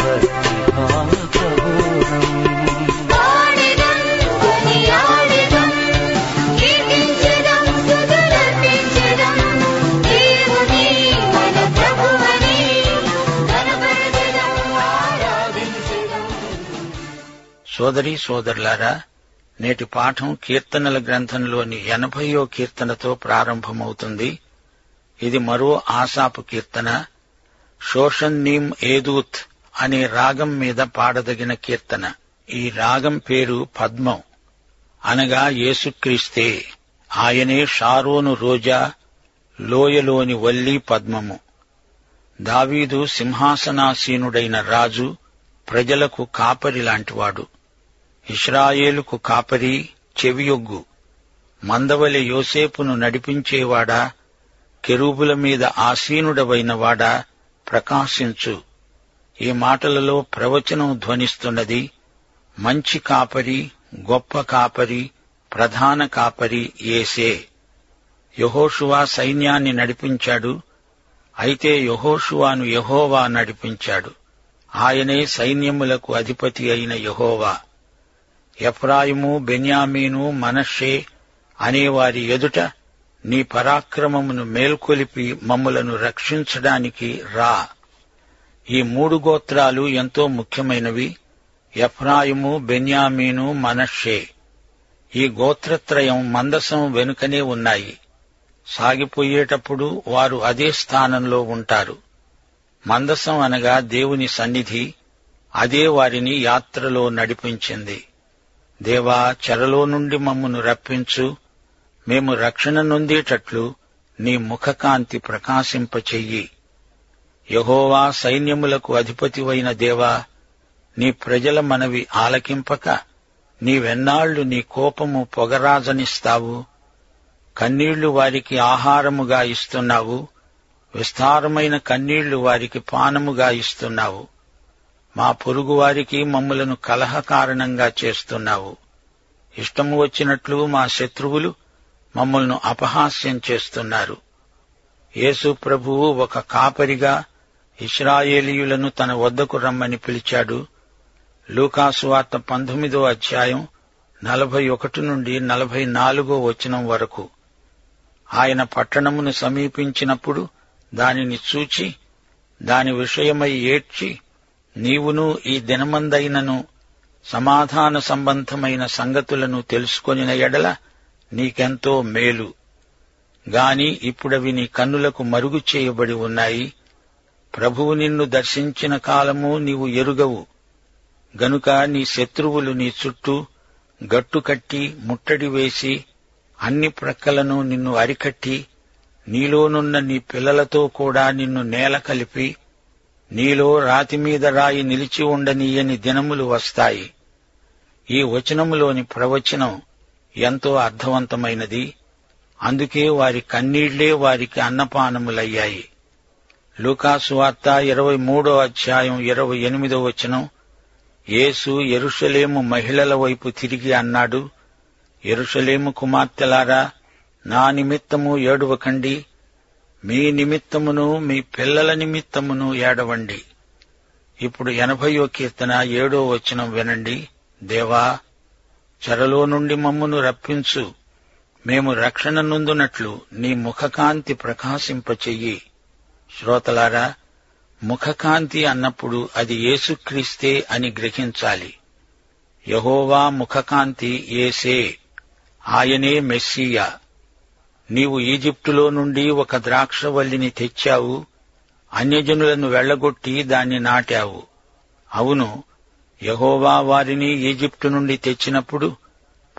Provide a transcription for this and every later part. భక్తిభావబోధం సోదరి సోదరులారా నేటి పాఠం కీర్తనల గ్రంథంలోని ఎనభయో కీర్తనతో ప్రారంభమవుతుంది ఇది మరో ఆసాపు కీర్తన శోషన్ నీమ్ ఏదూత్ అనే రాగం మీద పాడదగిన కీర్తన ఈ రాగం పేరు పద్మం అనగా యేసుక్రీస్తే ఆయనే షారోను రోజా లోయలోని వల్లి పద్మము దావీదు సింహాసనాసీనుడైన రాజు ప్రజలకు కాపరి లాంటివాడు ఇస్రాయేలుకు కాపరి చెవియొగ్గు మందవలి యోసేపును నడిపించేవాడా కెరూబుల మీద ఆసీనుడవైన వాడా ప్రకాశించు ఈ మాటలలో ప్రవచనం ధ్వనిస్తున్నది మంచి కాపరి గొప్ప కాపరి ప్రధాన కాపరి ఏసే యహోషువా సైన్యాన్ని నడిపించాడు అయితే యహోషువాను యహోవా నడిపించాడు ఆయనే సైన్యములకు అధిపతి అయిన యహోవా ఎఫ్రాయిము బెన్యామీను మనషే అనేవారి ఎదుట నీ పరాక్రమమును మేల్కొలిపి మమ్ములను రక్షించడానికి రా ఈ మూడు గోత్రాలు ఎంతో ముఖ్యమైనవి ఎఫ్రాయిము బెన్యామీను మనషే ఈ గోత్రత్రయం మందసం వెనుకనే ఉన్నాయి సాగిపోయేటప్పుడు వారు అదే స్థానంలో ఉంటారు మందసం అనగా దేవుని సన్నిధి అదే వారిని యాత్రలో నడిపించింది దేవా చెరలో నుండి మమ్మను రప్పించు మేము రక్షణ నొందేటట్లు నీ ముఖకాంతి ప్రకాశింపచెయ్యి యహోవా సైన్యములకు అధిపతివైన దేవా నీ ప్రజల మనవి ఆలకింపక నీవెన్నాళ్లు నీ కోపము పొగరాజనిస్తావు కన్నీళ్లు వారికి ఆహారముగా ఇస్తున్నావు విస్తారమైన కన్నీళ్లు వారికి పానముగా ఇస్తున్నావు మా పొరుగువారికి మమ్ములను కలహ కారణంగా చేస్తున్నావు ఇష్టము వచ్చినట్లు మా శత్రువులు మమ్మల్ని అపహాస్యం చేస్తున్నారు యేసు ప్రభువు ఒక కాపరిగా ఇస్రాయేలీయులను తన వద్దకు రమ్మని పిలిచాడు లూకాసువార్త పంతొమ్మిదో అధ్యాయం నలభై ఒకటి నుండి నలభై నాలుగో వచనం వరకు ఆయన పట్టణమును సమీపించినప్పుడు దానిని చూచి దాని విషయమై ఏడ్చి నీవును ఈ దినమందైనను సమాధాన సంబంధమైన సంగతులను తెలుసుకొనిన ఎడల నీకెంతో మేలు గాని ఇప్పుడవి నీ కన్నులకు మరుగు చేయబడి ఉన్నాయి ప్రభువు నిన్ను దర్శించిన కాలము నీవు ఎరుగవు గనుక నీ శత్రువులు నీ చుట్టూ గట్టుకట్టి ముట్టడి వేసి అన్ని ప్రక్కలను నిన్ను అరికట్టి నీలోనున్న నీ పిల్లలతో కూడా నిన్ను నేల కలిపి నీలో రాతి మీద రాయి నిలిచి ఉండనీయని దినములు వస్తాయి ఈ వచనములోని ప్రవచనం ఎంతో అర్థవంతమైనది అందుకే వారి కన్నీళ్లే వారికి అన్నపానములయ్యాయి లూకాసువార్త ఇరవై మూడో అధ్యాయం ఇరవై ఎనిమిదో వచనం యేసు ఎరుషలేము మహిళల వైపు తిరిగి అన్నాడు ఎరుషలేము కుమార్తెలారా నా నిమిత్తము ఏడవకండి మీ నిమిత్తమును మీ పిల్లల నిమిత్తమును ఏడవండి ఇప్పుడు ఎనభయో కీర్తన ఏడో వచనం వినండి దేవా చెరలో నుండి మమ్మును రప్పించు మేము రక్షణ నుందునట్లు నీ ముఖకాంతి ప్రకాశింపచెయ్యి శ్రోతలారా ముఖకాంతి అన్నప్పుడు అది యేసుక్రీస్తే అని గ్రహించాలి యహోవా ముఖకాంతి ఏసే ఆయనే మెస్సియా నీవు ఈజిప్టులో నుండి ఒక ద్రాక్షవల్లిని తెచ్చావు అన్యజనులను వెళ్లగొట్టి దాన్ని నాటావు అవును యహోవా వారిని ఈజిప్టు నుండి తెచ్చినప్పుడు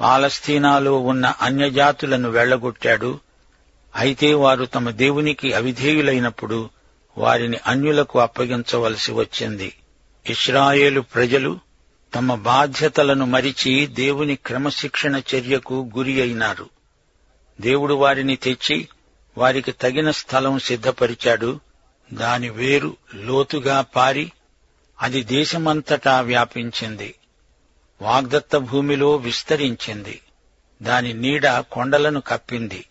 పాలస్తీనాలో ఉన్న అన్యజాతులను వెళ్లగొట్టాడు అయితే వారు తమ దేవునికి అవిధేయులైనప్పుడు వారిని అన్యులకు అప్పగించవలసి వచ్చింది ఇస్రాయేలు ప్రజలు తమ బాధ్యతలను మరిచి దేవుని క్రమశిక్షణ చర్యకు గురి అయినారు దేవుడు వారిని తెచ్చి వారికి తగిన స్థలం సిద్ధపరిచాడు దాని వేరు లోతుగా పారి అది దేశమంతటా వ్యాపించింది వాగ్దత్త భూమిలో విస్తరించింది దాని నీడ కొండలను కప్పింది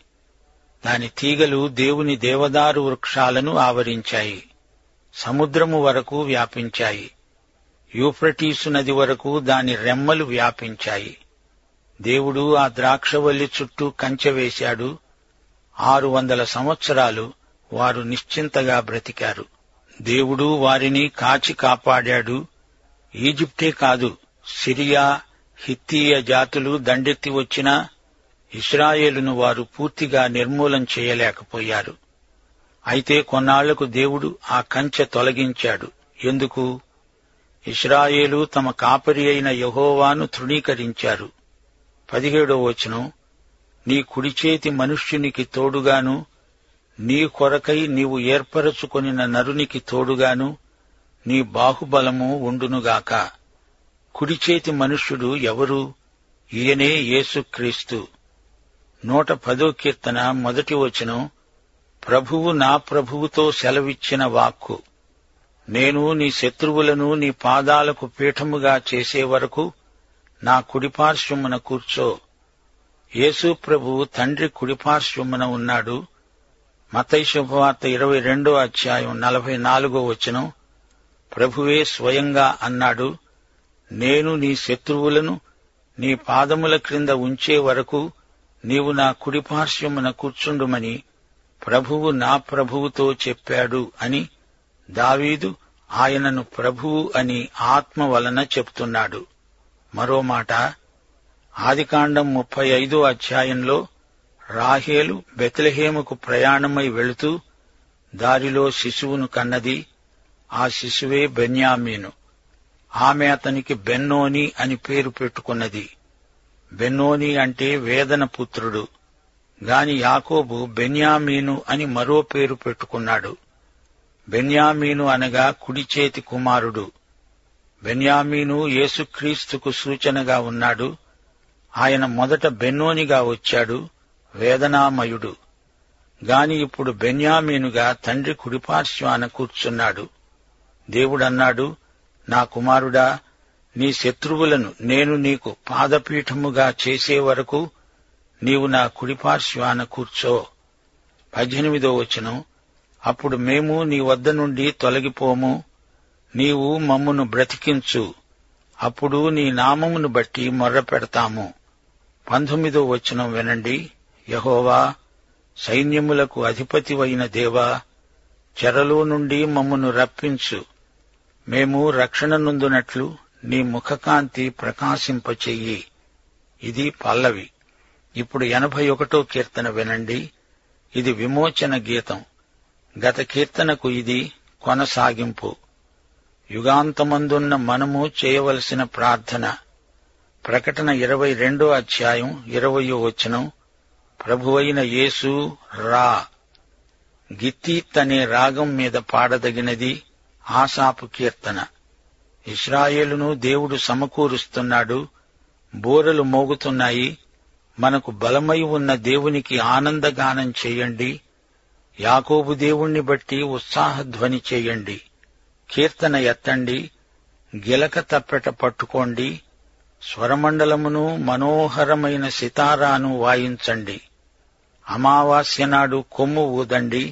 దాని తీగలు దేవుని దేవదారు వృక్షాలను ఆవరించాయి సముద్రము వరకు వ్యాపించాయి యూఫ్రటీసు నది వరకు దాని రెమ్మలు వ్యాపించాయి దేవుడు ఆ ద్రాక్షవల్లి చుట్టూ కంచె వేశాడు ఆరు వందల సంవత్సరాలు వారు నిశ్చింతగా బ్రతికారు దేవుడు వారిని కాచి కాపాడాడు ఈజిప్టే కాదు సిరియా హిత్తీయ జాతులు దండెత్తి వచ్చినా ఇస్రాయేలును వారు పూర్తిగా నిర్మూలం చేయలేకపోయారు అయితే కొన్నాళ్లకు దేవుడు ఆ కంచె తొలగించాడు ఎందుకు ఇస్రాయేలు తమ కాపరి అయిన యహోవాను తృణీకరించారు పదిహేడో వచనం నీ కుడిచేతి మనుష్యునికి తోడుగాను నీ కొరకై నీవు ఏర్పరచుకొనిన నరునికి తోడుగాను నీ బాహుబలము ఉండునుగాక కుడిచేతి మనుష్యుడు ఎవరు ఈయనే యేసుక్రీస్తు నూట పదో కీర్తన మొదటి వచనం ప్రభువు నా ప్రభువుతో సెలవిచ్చిన వాక్కు నేను నీ శత్రువులను నీ పాదాలకు పీఠముగా చేసే వరకు నా కుడిపార్శ్వమున కూర్చో యేసు ప్రభువు తండ్రి కుడిపార్శ్వమున ఉన్నాడు మతయి శుభవార్త ఇరవై రెండో అధ్యాయం నలభై నాలుగో వచనం ప్రభువే స్వయంగా అన్నాడు నేను నీ శత్రువులను నీ పాదముల క్రింద ఉంచే వరకు నీవు నా కుడిపార్శ్వమున కూర్చుండుమని ప్రభువు నా ప్రభువుతో చెప్పాడు అని దావీదు ఆయనను ప్రభువు అని ఆత్మ వలన చెప్తున్నాడు మరో మాట ఆదికాండం ముప్పై ఐదో అధ్యాయంలో రాహేలు బెత్లెహేముకు ప్రయాణమై వెళుతూ దారిలో శిశువును కన్నది ఆ శిశువే బెన్యామీను ఆమె అతనికి బెన్నోని అని పేరు పెట్టుకున్నది బెన్నోని అంటే వేదన పుత్రుడు గాని యాకోబు బెన్యామీను అని మరో పేరు పెట్టుకున్నాడు బెన్యామీను అనగా కుడి చేతి కుమారుడు బెన్యామీను యేసుక్రీస్తుకు సూచనగా ఉన్నాడు ఆయన మొదట బెన్నోనిగా వచ్చాడు వేదనామయుడు గాని ఇప్పుడు బెన్యామీనుగా తండ్రి కుడిపార్శ్వాన కూర్చున్నాడు దేవుడన్నాడు నా కుమారుడా నీ శత్రువులను నేను నీకు పాదపీఠముగా చేసే వరకు నీవు నా కుడిపార్శ్వాన కూర్చో పద్దెనిమిదో వచనం అప్పుడు మేము నీ వద్ద నుండి తొలగిపోము నీవు మమ్మును బ్రతికించు అప్పుడు నీ నామమును బట్టి మొర్ర పెడతాము పంతొమ్మిదో వచనం వినండి యహోవా సైన్యములకు అధిపతివైన దేవా చెరలో నుండి మమ్మును రప్పించు మేము రక్షణ నొందునట్లు నీ ముఖకాంతి ప్రకాశింపచెయ్యి ఇది పల్లవి ఇప్పుడు ఎనభై ఒకటో కీర్తన వినండి ఇది విమోచన గీతం గత కీర్తనకు ఇది కొనసాగింపు యుగాంతమందున్న మనము చేయవలసిన ప్రార్థన ప్రకటన ఇరవై రెండో అధ్యాయం ఇరవయో వచనం ప్రభువైన యేసు రా గిత్తీత్ అనే రాగం మీద పాడదగినది ఆసాపు కీర్తన ఇస్రాయేలును దేవుడు సమకూరుస్తున్నాడు బోరలు మోగుతున్నాయి మనకు బలమై ఉన్న దేవునికి ఆనందగానం చేయండి యాకోబు దేవుణ్ణి బట్టి ఉత్సాహధ్వని చేయండి కీర్తన ఎత్తండి గిలక తప్పెట పట్టుకోండి స్వరమండలమును మనోహరమైన సితారాను వాయించండి అమావాస్య నాడు కొమ్ము ఊదండి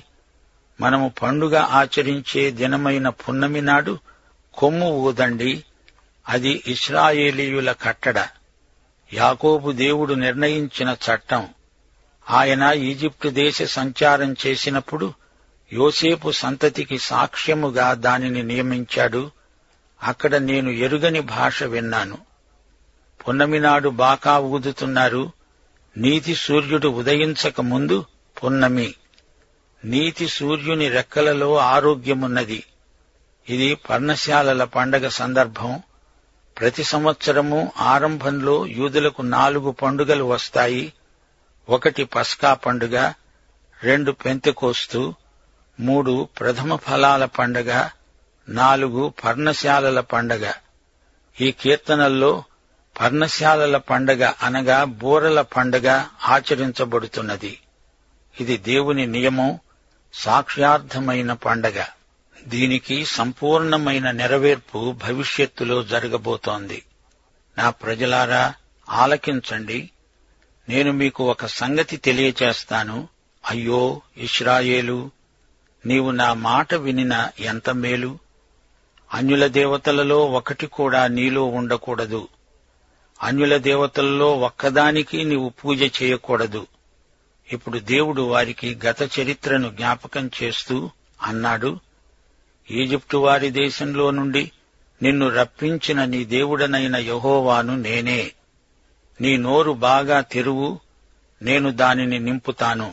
మనము పండుగ ఆచరించే దినమైన పున్నమి నాడు కొమ్ము ఊదండి అది ఇస్రాయేలీయుల కట్టడ యాకోబు దేవుడు నిర్ణయించిన చట్టం ఆయన ఈజిప్టు దేశ సంచారం చేసినప్పుడు యోసేపు సంతతికి సాక్ష్యముగా దానిని నియమించాడు అక్కడ నేను ఎరుగని భాష విన్నాను పున్నమి నాడు బాకా ఊదుతున్నారు నీతి సూర్యుడు ఉదయించక ముందు పున్నమి నీతి సూర్యుని రెక్కలలో ఆరోగ్యమున్నది ఇది పర్ణశాలల పండగ సందర్భం ప్రతి సంవత్సరము ఆరంభంలో యూదులకు నాలుగు పండుగలు వస్తాయి ఒకటి పస్కా పండుగ రెండు పెంతెకోస్తు మూడు ప్రథమ ఫలాల పండగ నాలుగు పర్ణశాలల పండగ ఈ కీర్తనల్లో పర్ణశాలల పండగ అనగా బూరల పండగ ఆచరించబడుతున్నది ఇది దేవుని నియమం సాక్ష్యార్థమైన పండగ దీనికి సంపూర్ణమైన నెరవేర్పు భవిష్యత్తులో జరగబోతోంది నా ప్రజలారా ఆలకించండి నేను మీకు ఒక సంగతి తెలియచేస్తాను అయ్యో ఇస్రాయేలు నీవు నా మాట వినిన ఎంత మేలు అన్యుల దేవతలలో ఒకటి కూడా నీలో ఉండకూడదు అన్యుల దేవతలలో ఒక్కదానికి నీవు పూజ చేయకూడదు ఇప్పుడు దేవుడు వారికి గత చరిత్రను జ్ఞాపకం చేస్తూ అన్నాడు ఈజిప్టు వారి దేశంలో నుండి నిన్ను రప్పించిన నీ దేవుడనైన యహోవాను నేనే నీ నోరు బాగా తెరువు నేను దానిని నింపుతాను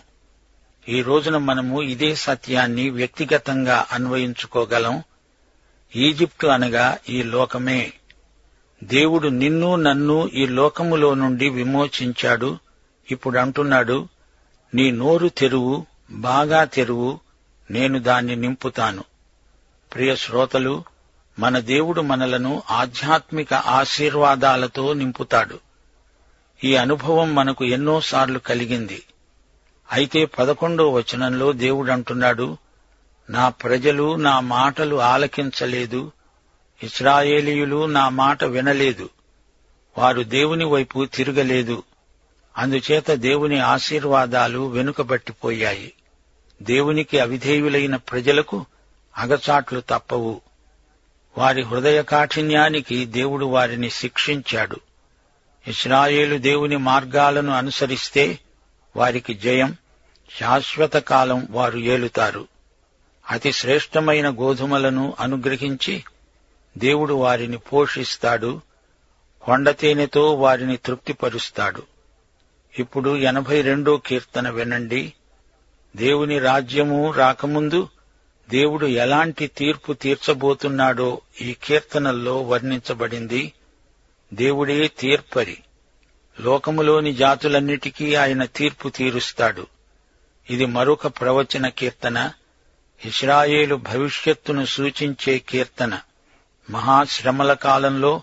ఈ రోజున మనము ఇదే సత్యాన్ని వ్యక్తిగతంగా అన్వయించుకోగలం ఈజిప్టు అనగా ఈ లోకమే దేవుడు నిన్ను నన్ను ఈ లోకములో నుండి విమోచించాడు ఇప్పుడు అంటున్నాడు నీ నోరు తెరువు బాగా తెరువు నేను దాన్ని నింపుతాను ప్రియ శ్రోతలు మన దేవుడు మనలను ఆధ్యాత్మిక ఆశీర్వాదాలతో నింపుతాడు ఈ అనుభవం మనకు ఎన్నోసార్లు కలిగింది అయితే పదకొండో వచనంలో దేవుడు అంటున్నాడు నా ప్రజలు నా మాటలు ఆలకించలేదు ఇస్రాయేలీయులు నా మాట వినలేదు వారు దేవుని వైపు తిరగలేదు అందుచేత దేవుని ఆశీర్వాదాలు వెనుకబట్టిపోయాయి దేవునికి అవిధేయులైన ప్రజలకు అగచాట్లు తప్పవు వారి హృదయ కాఠిన్యానికి దేవుడు వారిని శిక్షించాడు ఇస్రాయేలు దేవుని మార్గాలను అనుసరిస్తే వారికి జయం శాశ్వత కాలం వారు ఏలుతారు అతి శ్రేష్టమైన గోధుమలను అనుగ్రహించి దేవుడు వారిని పోషిస్తాడు కొండ తేనెతో వారిని తృప్తిపరుస్తాడు ఇప్పుడు ఎనభై రెండో కీర్తన వినండి దేవుని రాజ్యము రాకముందు దేవుడు ఎలాంటి తీర్పు తీర్చబోతున్నాడో ఈ కీర్తనల్లో వర్ణించబడింది దేవుడే తీర్పరి లోకములోని జాతులన్నిటికీ ఆయన తీర్పు తీరుస్తాడు ఇది మరొక ప్రవచన కీర్తన ఇస్రాయేలు భవిష్యత్తును సూచించే కీర్తన మహాశ్రమల కాలంలో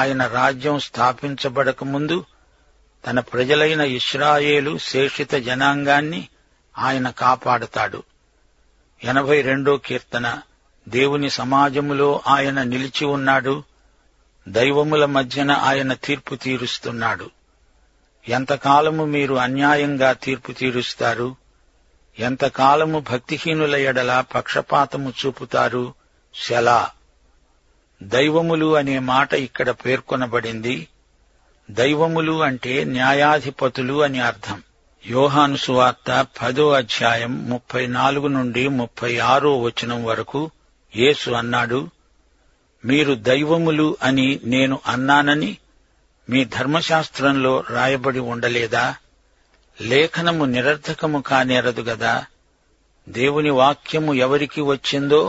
ఆయన రాజ్యం స్థాపించబడకముందు తన ప్రజలైన ఇస్రాయేలు శేషిత జనాంగాన్ని ఆయన కాపాడతాడు ఎనభై రెండో కీర్తన దేవుని సమాజములో ఆయన నిలిచి ఉన్నాడు దైవముల మధ్యన ఆయన తీర్పు తీరుస్తున్నాడు ఎంతకాలము మీరు అన్యాయంగా తీర్పు తీరుస్తారు ఎంతకాలము భక్తిహీనుల ఎడల పక్షపాతము చూపుతారు శలా దైవములు అనే మాట ఇక్కడ పేర్కొనబడింది దైవములు అంటే న్యాయాధిపతులు అని అర్థం యోహాను సువార్త పదో అధ్యాయం ముప్పై నాలుగు నుండి ముప్పై ఆరో వచనం వరకు యేసు అన్నాడు మీరు దైవములు అని నేను అన్నానని మీ ధర్మశాస్త్రంలో రాయబడి ఉండలేదా లేఖనము నిరర్ధకము కానేరదు గదా దేవుని వాక్యము ఎవరికి వచ్చిందో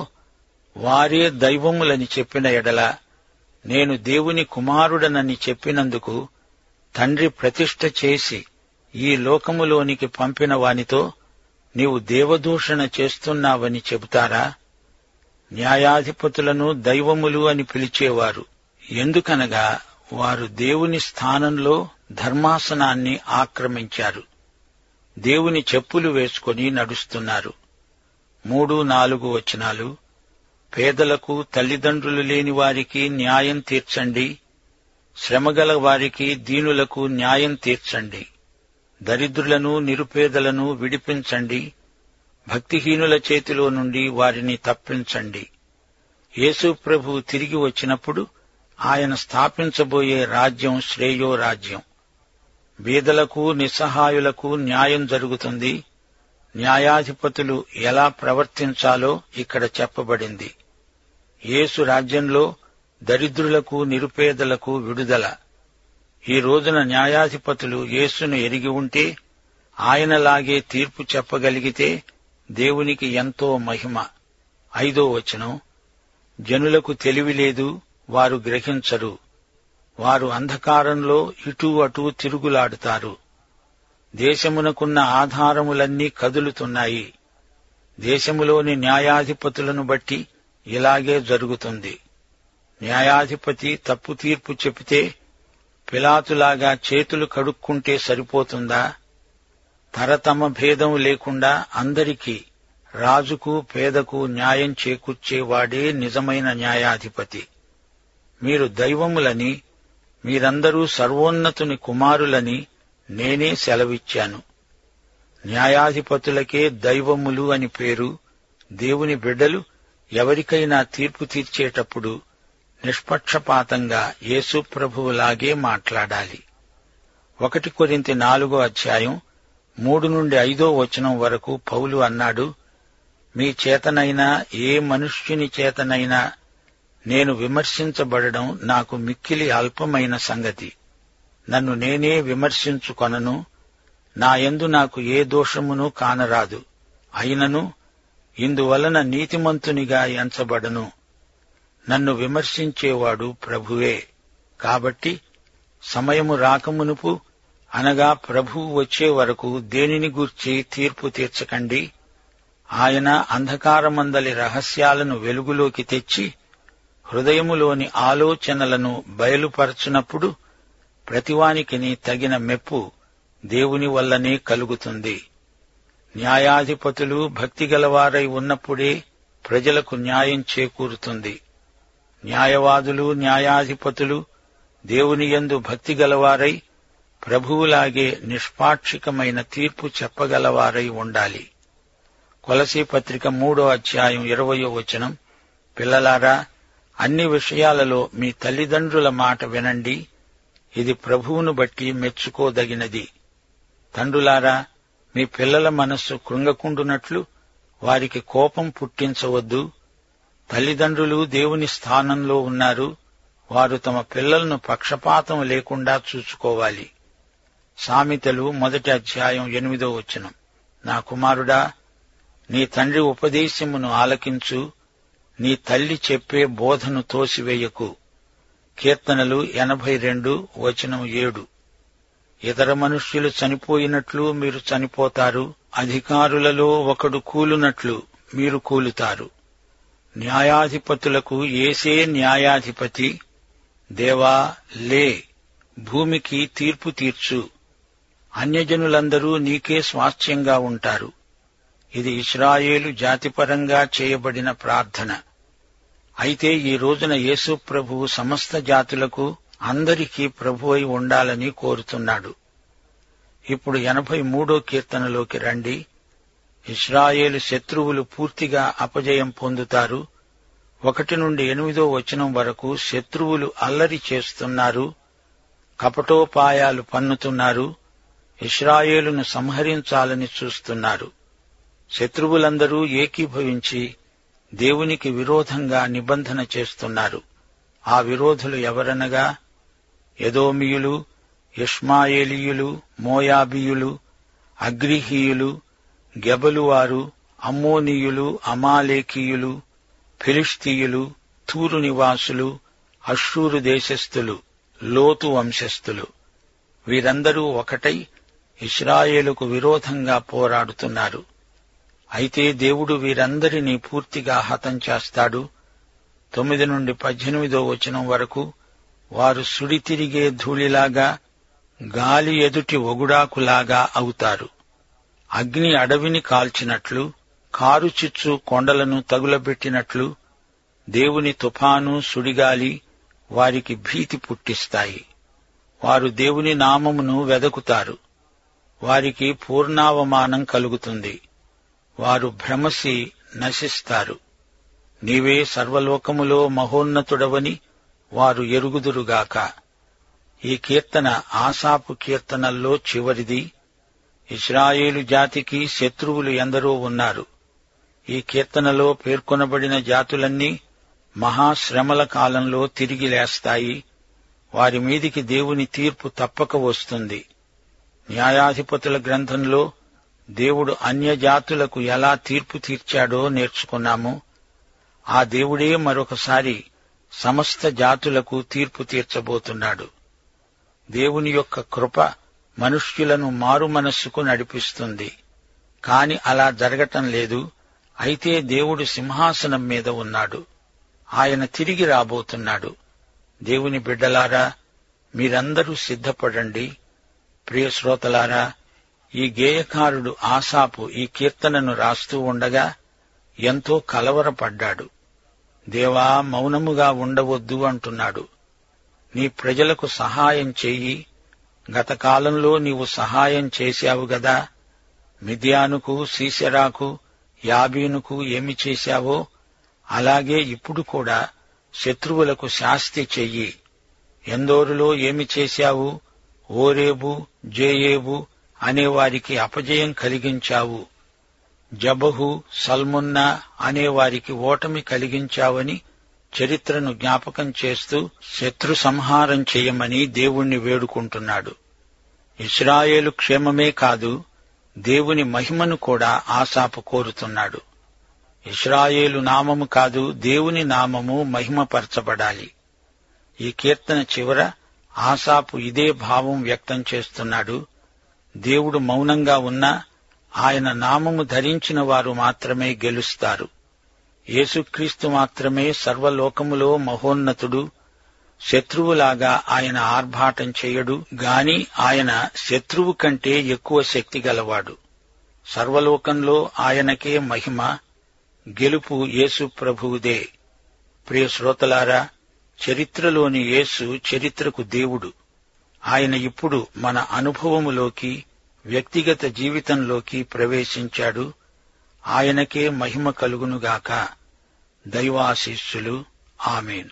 వారే దైవములని చెప్పిన ఎడల నేను దేవుని కుమారుడనని చెప్పినందుకు తండ్రి ప్రతిష్ఠ చేసి ఈ లోకములోనికి పంపిన వానితో నీవు దేవదూషణ చేస్తున్నావని చెబుతారా న్యాయాధిపతులను దైవములు అని పిలిచేవారు ఎందుకనగా వారు దేవుని స్థానంలో ధర్మాసనాన్ని ఆక్రమించారు దేవుని చెప్పులు వేసుకొని నడుస్తున్నారు మూడు నాలుగు వచనాలు పేదలకు తల్లిదండ్రులు లేని వారికి న్యాయం తీర్చండి శ్రమగల వారికి దీనులకు న్యాయం తీర్చండి దరిద్రులను నిరుపేదలను విడిపించండి భక్తిహీనుల చేతిలో నుండి వారిని తప్పించండి యేసు ప్రభు తిరిగి వచ్చినప్పుడు ఆయన స్థాపించబోయే రాజ్యం శ్రేయో రాజ్యం బీదలకు నిస్సహాయులకు న్యాయం జరుగుతుంది న్యాయాధిపతులు ఎలా ప్రవర్తించాలో ఇక్కడ చెప్పబడింది యేసు రాజ్యంలో దరిద్రులకు నిరుపేదలకు విడుదల ఈ రోజున న్యాయాధిపతులు యేసును ఎరిగి ఉంటే ఆయనలాగే తీర్పు చెప్పగలిగితే దేవునికి ఎంతో మహిమ ఐదో వచనం జనులకు తెలివి లేదు వారు గ్రహించరు వారు అంధకారంలో ఇటూ అటూ తిరుగులాడుతారు దేశమునకున్న ఆధారములన్నీ కదులుతున్నాయి దేశములోని న్యాయాధిపతులను బట్టి ఇలాగే జరుగుతుంది న్యాయాధిపతి తప్పు తీర్పు చెబితే పిలాతులాగా చేతులు కడుక్కుంటే సరిపోతుందా తరతమ భేదం లేకుండా అందరికీ రాజుకు పేదకు న్యాయం చేకూర్చేవాడే నిజమైన న్యాయాధిపతి మీరు దైవములని మీరందరూ సర్వోన్నతుని కుమారులని నేనే సెలవిచ్చాను న్యాయాధిపతులకే దైవములు అని పేరు దేవుని బిడ్డలు ఎవరికైనా తీర్పు తీర్చేటప్పుడు నిష్పక్షపాతంగా యేసు ప్రభువులాగే మాట్లాడాలి ఒకటి కొరింతి నాలుగో అధ్యాయం మూడు నుండి ఐదో వచనం వరకు పౌలు అన్నాడు మీ చేతనైనా ఏ మనుష్యుని చేతనైనా నేను విమర్శించబడడం నాకు మిక్కిలి అల్పమైన సంగతి నన్ను నేనే విమర్శించుకొనను నాయందు నాకు ఏ దోషమును కానరాదు అయినను ఇందువలన నీతిమంతునిగా ఎంచబడను నన్ను విమర్శించేవాడు ప్రభువే కాబట్టి సమయము రాకమునుపు అనగా ప్రభువు వచ్చే వరకు దేనిని గూర్చి తీర్పు తీర్చకండి ఆయన అంధకారమందలి రహస్యాలను వెలుగులోకి తెచ్చి హృదయములోని ఆలోచనలను బయలుపరచునప్పుడు ప్రతివానికిని తగిన మెప్పు దేవుని వల్లనే కలుగుతుంది న్యాయాధిపతులు భక్తిగలవారై ఉన్నప్పుడే ప్రజలకు న్యాయం చేకూరుతుంది న్యాయవాదులు న్యాయాధిపతులు దేవుని యందు భక్తిగలవారై ప్రభువులాగే నిష్పాక్షికమైన తీర్పు చెప్పగలవారై ఉండాలి కొలసీ పత్రిక మూడో అధ్యాయం ఇరవయో వచనం పిల్లలారా అన్ని విషయాలలో మీ తల్లిదండ్రుల మాట వినండి ఇది ప్రభువును బట్టి మెచ్చుకోదగినది తండ్రులారా మీ పిల్లల మనస్సు కృంగకుండునట్లు వారికి కోపం పుట్టించవద్దు తల్లిదండ్రులు దేవుని స్థానంలో ఉన్నారు వారు తమ పిల్లలను పక్షపాతం లేకుండా చూసుకోవాలి సామెతలు మొదటి అధ్యాయం ఎనిమిదో వచనం నా కుమారుడా నీ తండ్రి ఉపదేశమును ఆలకించు నీ తల్లి చెప్పే బోధను తోసివేయకు కీర్తనలు ఎనభై రెండు వచనం ఏడు ఇతర మనుష్యులు చనిపోయినట్లు మీరు చనిపోతారు అధికారులలో ఒకడు కూలునట్లు మీరు కూలుతారు న్యాయాధిపతులకు ఏసే న్యాయాధిపతి దేవా లే భూమికి తీర్పు తీర్చు అన్యజనులందరూ నీకే స్వాస్థ్యంగా ఉంటారు ఇది ఇస్రాయేలు జాతిపరంగా చేయబడిన ప్రార్థన అయితే ఈ రోజున యేసు ప్రభువు సమస్త జాతులకు అందరికీ ప్రభు అయి ఉండాలని కోరుతున్నాడు ఇప్పుడు ఎనభై మూడో కీర్తనలోకి రండి ఇస్రాయేలు శత్రువులు పూర్తిగా అపజయం పొందుతారు ఒకటి నుండి ఎనిమిదో వచనం వరకు శత్రువులు అల్లరి చేస్తున్నారు కపటోపాయాలు పన్నుతున్నారు ఇస్రాయేలును సంహరించాలని చూస్తున్నారు శత్రువులందరూ ఏకీభవించి దేవునికి విరోధంగా నిబంధన చేస్తున్నారు ఆ విరోధులు ఎవరనగా ఎదోమియులు ఇష్మాయేలీయులు మోయాబీయులు అగ్రిహీయులు గెబలువారు అమ్మోనీయులు అమాలేకీయులు ఫిలిస్తీయులు తూరు నివాసులు అశ్షూరు దేశస్థులు లోతు వంశస్థులు వీరందరూ ఒకటై ఇస్రాయేలుకు విరోధంగా పోరాడుతున్నారు అయితే దేవుడు వీరందరినీ పూర్తిగా హతం చేస్తాడు తొమ్మిది నుండి పద్దెనిమిదో వచనం వరకు వారు సుడితిరిగే ధూళిలాగా గాలి ఎదుటి ఒగుడాకులాగా అవుతారు అగ్ని అడవిని కాల్చినట్లు కారు చిచ్చు కొండలను తగులబెట్టినట్లు దేవుని తుఫాను సుడిగాలి వారికి భీతి పుట్టిస్తాయి వారు దేవుని నామమును వెదకుతారు వారికి పూర్ణావమానం కలుగుతుంది వారు భ్రమసి నశిస్తారు నీవే సర్వలోకములో మహోన్నతుడవని వారు ఎరుగుదురుగాక ఈ కీర్తన ఆసాపు కీర్తనల్లో చివరిది ఇస్రాయేలు జాతికి శత్రువులు ఎందరో ఉన్నారు ఈ కీర్తనలో పేర్కొనబడిన జాతులన్నీ మహాశ్రమల కాలంలో తిరిగి లేస్తాయి వారి మీదికి దేవుని తీర్పు తప్పక వస్తుంది న్యాయాధిపతుల గ్రంథంలో దేవుడు అన్యజాతులకు ఎలా తీర్పు తీర్చాడో నేర్చుకున్నాము ఆ దేవుడే మరొకసారి సమస్త జాతులకు తీర్పు తీర్చబోతున్నాడు దేవుని యొక్క కృప మనుష్యులను మారు మనస్సుకు నడిపిస్తుంది కాని అలా జరగటం లేదు అయితే దేవుడు సింహాసనం మీద ఉన్నాడు ఆయన తిరిగి రాబోతున్నాడు దేవుని బిడ్డలారా మీరందరూ సిద్ధపడండి ప్రియ శ్రోతలారా ఈ గేయకారుడు ఆసాపు ఈ కీర్తనను రాస్తూ ఉండగా ఎంతో కలవరపడ్డాడు దేవా మౌనముగా ఉండవద్దు అంటున్నాడు నీ ప్రజలకు సహాయం చెయ్యి గత కాలంలో నీవు సహాయం చేశావు గదా మిథ్యానుకు సీసెరాకు యాబీనుకు ఏమి చేశావో అలాగే ఇప్పుడు కూడా శత్రువులకు శాస్తి చెయ్యి ఎందోరులో ఏమి చేశావు ఓరేబు జేయేబు అనేవారికి అపజయం కలిగించావు జబహు సల్మున్నా అనేవారికి ఓటమి కలిగించావని చరిత్రను జ్ఞాపకం చేస్తూ శత్రు సంహారం చేయమని దేవుణ్ణి వేడుకుంటున్నాడు ఇస్రాయేలు క్షేమమే కాదు దేవుని మహిమను కూడా ఆశాపు కోరుతున్నాడు ఇస్రాయేలు నామము కాదు దేవుని నామము మహిమపరచబడాలి ఈ కీర్తన చివర ఆసాపు ఇదే భావం వ్యక్తం చేస్తున్నాడు దేవుడు మౌనంగా ఉన్నా ఆయన నామము ధరించిన వారు మాత్రమే గెలుస్తారు యేసుక్రీస్తు మాత్రమే సర్వలోకములో మహోన్నతుడు శత్రువులాగా ఆయన ఆర్భాటం చేయడు గాని ఆయన శత్రువు కంటే ఎక్కువ శక్తి గలవాడు సర్వలోకంలో ఆయనకే మహిమ గెలుపు యేసు ప్రభువుదే ప్రియ శ్రోతలారా చరిత్రలోని యేసు చరిత్రకు దేవుడు ఆయన ఇప్పుడు మన అనుభవములోకి వ్యక్తిగత జీవితంలోకి ప్రవేశించాడు ఆయనకే మహిమ కలుగునుగాక దైవాశీస్సులు ఆమెన్